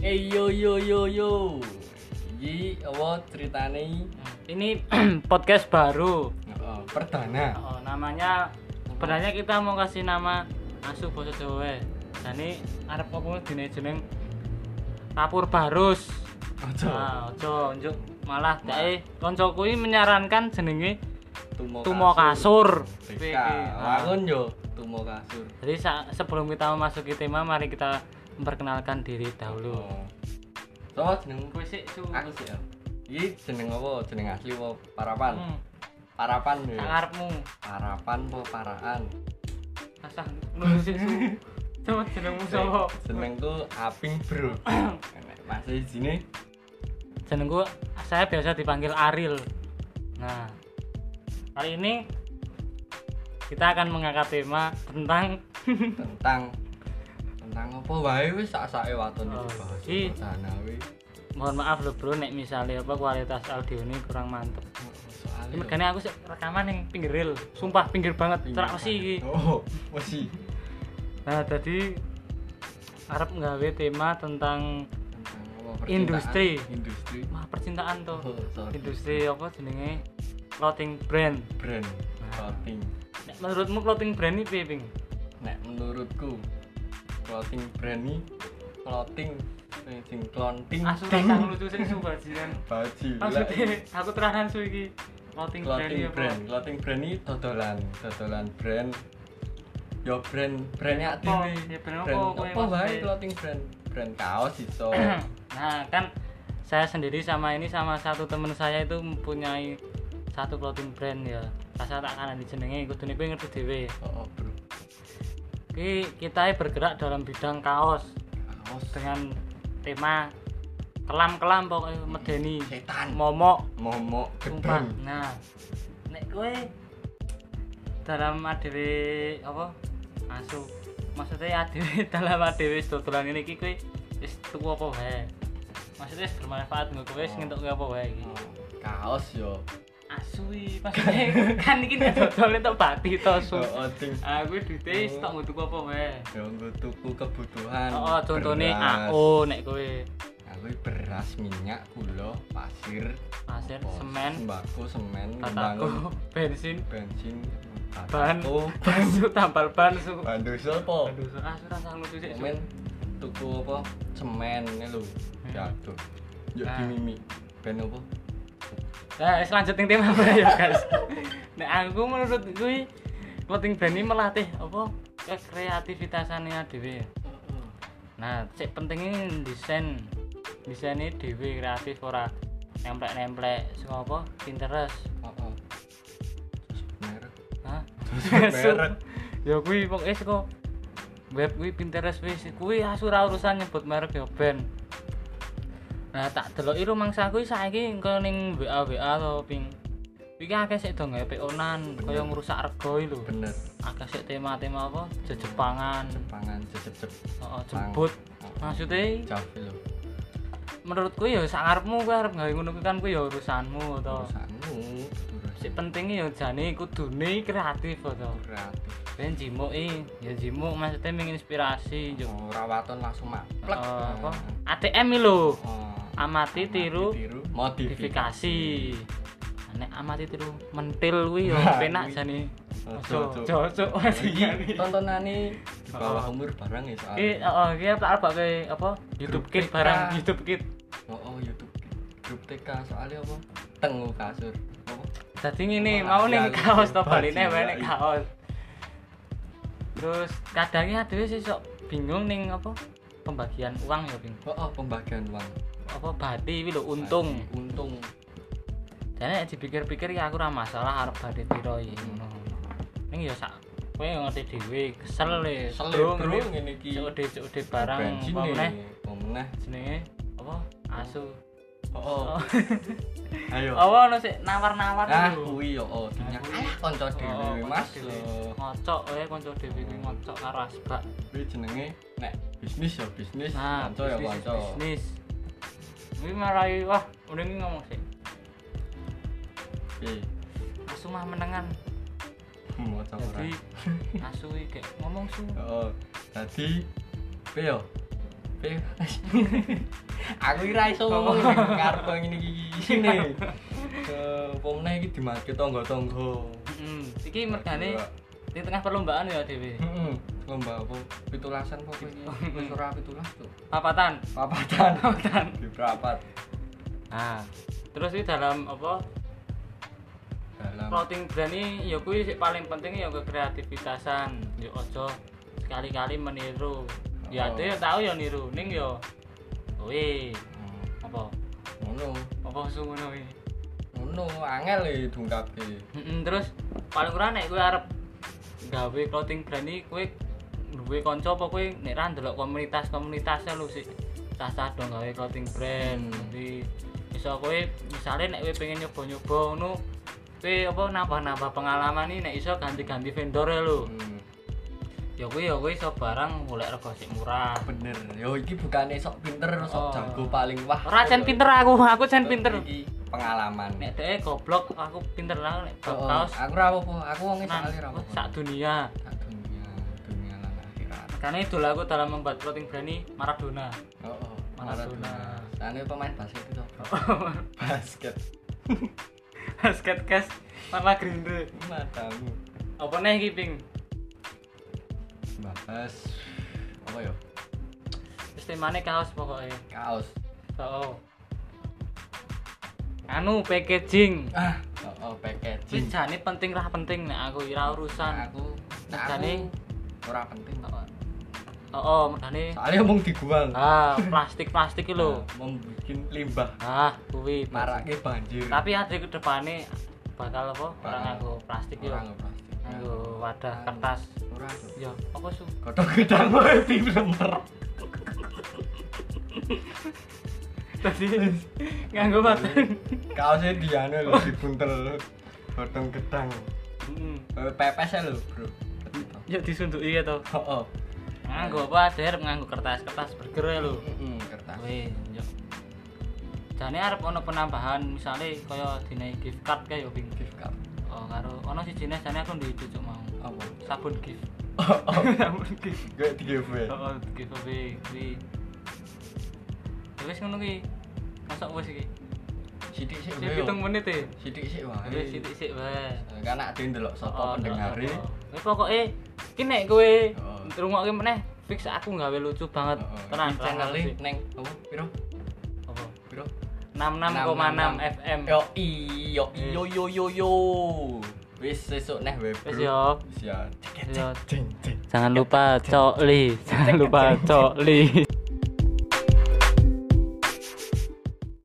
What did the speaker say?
Hey Eh, yo yo yo yo. Iki apa ceritane? Ini podcast baru. Heeh, perdana. Oh, namanya sebenarnya kita mau kasih nama Asu Boso Jawa. Dani arep aku dine jeneng Tapur Barus. Aja Nah, ojo njuk malah dek koncoku iki menyarankan jenenge tumo Tumo Kasur. TK. Iki, nah. Wangun yo tumo kasur. Jadi sa- sebelum kita memasuki tema mari kita memperkenalkan diri dahulu. Oh. Sopo jenengmu? Kowe sik su. Aku sih. ya. Iki jeneng apa? Jeneng asli apa? Parapan. Hmm, Parapan yo. sak arepmu. Parapan apa paraan? Asah nulis sik su. Coba jenengmu sapa? Jenengku Aping Bro. Enak, Masih di sini jenengku saya biasa dipanggil Aril. Nah, kali ini kita akan mengangkat tema tentang tentang tentang apa wae wis sak-sake waton Oh, iki bahas iki. perdana wis. mohon maaf loh bro nek misalnya apa kualitas audio ini kurang mantep. Soale Ini mergane aku sik rekaman yang pinggir rel, sumpah pinggir banget, cerak besi iki. Iya. Oh, wesi. Nah, tadi Arab nggawe tema tentang Tentang apa, percintaan. Industri. Industri. wah percintaan tuh. Oh, sorry. Industri apa jenenge? Clothing brand. Brand clothing. Nek menurutmu clothing brand ini piye, Ping? Nek menurutku clothing brand ini clothing eh, sing clothing Asu kang lucu sing sumpah jiran. baju. maksudnya aku teranan su iki clothing brand clothing ya brand brand clothing brand ini dodolan dodolan brand yo brand brandnya Apa? aktif Ya, brand apa kowe apa wae maksudnya? clothing brand brand kaos iso Oh, nah kan saya sendiri sama ini sama satu temen saya itu mempunyai satu clothing brand ya rasa tak kanan dijenenge ikut dunia ngerti dewe oh, oh, bro Ki kita bergerak dalam bidang kaos kaos dengan tema kelam-kelam pokoknya medeni Setan. momok momok sumpah gedang nah nek kowe dalam adewe apa asu maksudnya adewe dalam adewe dodolan ini iki kowe wis tuku apa wae maksudnya wis bermanfaat nggo kowe wis Oh. ngentuk apa wae iki Oh, kaos yo asu iki maksudnya kan iki nek dodol entuk bati to su oh, oh, ting aku duite wis tok nggo tuku apa wae yo nggo tuku kebutuhan oh contohnya beras. AO nek kowe aku iki beras minyak gula pasir pasir apa, semen sembako semen membangun batako bensin bensin ban batako, basu tambal ban su ban dosa apa aduh su asu rasa lucu sih Su. semen tuku apa semen ini lho diatur yuk Hmm. Nah. di mimi ben apa Nah, wis lanjut ning tema bae ya, guys. Nek aku menurut gue clothing brand ini melatih apa kekreativitasannya dhewe. Nah, sik pentingnya desain. Desainnya dhewe kreatif ora nemplek-nemplek saka apa? Pinterest. oh oh Terus merek Hah? merek ya kuwi pokoke saka web kuwi Pinterest wis kuwi asu ora urusan nyebut merek ya ben. Nah, tak deloki rumangsa kuwi saiki engko ning WA WA to ping. Iki akeh sik do gawe PO-nan, kaya ngrusak rego iki lho. bener Akeh sik tema-tema apa? Jejepangan, pangan cecep-cep heeh, jemput. Maksudnya Javi lho menurutku ya sak arepmu kuwi arep gawe ngono kuwi kan kuwi ya urusanmu to. urusanmu Sik penting ya jane kudune kreatif to. kreatif Ben jimuk i, ya jimuk maksudnya menginspirasi yo. Oh, rawaton langsung maplek Eh, Nah. apa? ATM iki lho. Oh, Amati tiru modifikasi modifikasi. Nek amati tiru mentil kuwi yo Nah, penak kuwi. jane. Ojo, Ojo, ojo. ojo, ojo. Iki Iya. tontonane di bawah Oh. umur barang ya soalnya Ki heeh, ki oh, tak lebake apa? YouTube Grup Kid TK. barang YouTube Kid. Oh, oh YouTube grup TK soalnya apa? Tengu kasur. Apa? Dadi ngene, Oh, mau iya, ning iya, kaos iya. to baline Bajingan, wae nek iya. kaos. Terus kadangnya dhewe sih sok bingung ning apa? Pembagian uang ya, Bing. Oh, oh pembagian uang. Apa bati iki lho untung. Bagi Untung. Dan nek dipikir-pikir ya aku ora masalah arep badhe piro iki ngono. Ning ya sak kowe yang ngerti dhewe, kesel e. Selebro ngene iki. COD-COD barang Bensin apa meneh nih. Apa meneh? jenenge apa? Asu. Oh, oh. Oh. Ayo. Apa ono sik nawar-nawar Ah, lho. kuwi yo oh, dinyak. Aku- Alah kanca Oh, dhewe kanca Mas. dhewe. Loh, Ngocok kowe kanca dhewe kuwi ngocok karo asbak. Kuwi jenenge nek bisnis ya bisnis, Nah, kanca ya bisnis, kanca. bisnis. Kuwi marai wah, mending ngomong sik. Oke. Asu mah menengan. Mau ora. Jadi asu iki kayak ngomong su. Oh, tadi Pio Pe- aku kira iso ngomong ini karep ngene iki sini pomne iki dimake tangga-tangga Hmm, iki mergane di tengah perlombaan ya dhewe. heeh Iya. lomba apa pitulasan apa iki wis ora pitulas tuh Papatan. papatan Papatan. di perapat Nah, terus iki dalam apa dalam plotting berani ya kuwi sik paling penting ya kekreativitasan. Yo ojo sekali-kali meniru. Ya Oh. ade ya tau ya niru, ning yo kowe Hmm, apa ngono apa sungguh ngono iki. ngono angel e dungkapke Mm-mm, terus paling kurang nek kowe arep gawe clothing brand iki kowe duwe kanca apa kowe nek ra ndelok e komunitas-komunitasnya lu sih sah-sah dong gawe clothing brand. Hmm. Jadi iso kowe misale nek kowe pengen nyoba-nyoba ngono kowe apa nambah-nambah pengalaman iki nek iso ganti-ganti vendor e lho. Hmm, Ya kowe ya kowe iso barang golek rego sik murah. bener yo iki bukane sok pinter Oh. sok jago paling wah Ora cen pinter aku, aku cen pinter. iki pengalaman Nek dhek goblok aku pinter lah nek bab Oh, kaos. aku ra apa-apa aku wong tenan. salir ra apa-apa Sak dunia. Sak dunia dunia lan akhirat Karena itu aku dalam membuat clothing berani Maradona. Oh, oh, Maradona. Ane pemain basket itu bro. Oh. basket. Basket cash tanpa grinde. Matamu. Apa nih iki ping? Bahas apa yo? Terus temane kaos pokoknya. Kaos. So. Anu packaging. Ah, oh, oh Wis packaging. jane penting lah penting nek aku ira Nah, urusan. aku nah, Regane. aku ora penting kok. Oh, oh mergane Soalnya omong dibuang. ah plastik-plastik iki lho. Nah, Membikin limbah. Ah, kuwi. Marake banjir. Tapi adri ke depane bakal apa? Ora Bakal. nganggo plastik yo. Ora nggo plastik. Nganggo wadah Anu. kertas. Ora nggo. Yo, apa su? Kodok gedang wae di lemper. Tadi nganggo batang. Kaosnya diane lho dibuntel. Godong gedang. Hmm. Eh, Pepesnya lho, Bro. Yuk disunduki ya to. Oh, oh. Nganggo apa ada arep nganggo kertas-kertas burger lho. Mm-mm, kertas. Weh, yuk. Jane arep ono penambahan misale kaya dina gift card kaya yo ping. gift card Oh, karo ono siji nih jane aku duwe cucuk mau. apa Sabun gift. oh Sabun gift. gue di giveaway Oh, giveaway kuwi. Ya Wis ngono kuwi. Masuk wis iki. sidik sih Sik gue pitung menit e. sidik Oh, sih wah Wis sithik-sik wae. karena ada yang delok Oh, sopo pendengari Wis Ya, pokoke iki nek kowe Oh. ngrungokke meneh fix aku gawe lucu banget. Heeh. Tenan Iki tenan, channelnya sih. neng apa piro Apa? piro 66,6 FM. yo i yo i yo yo yo yo wis sesuk neh web Wis yo. wis ya Yo. cing cing Jangan lupa cokli, jangan lupa cokli.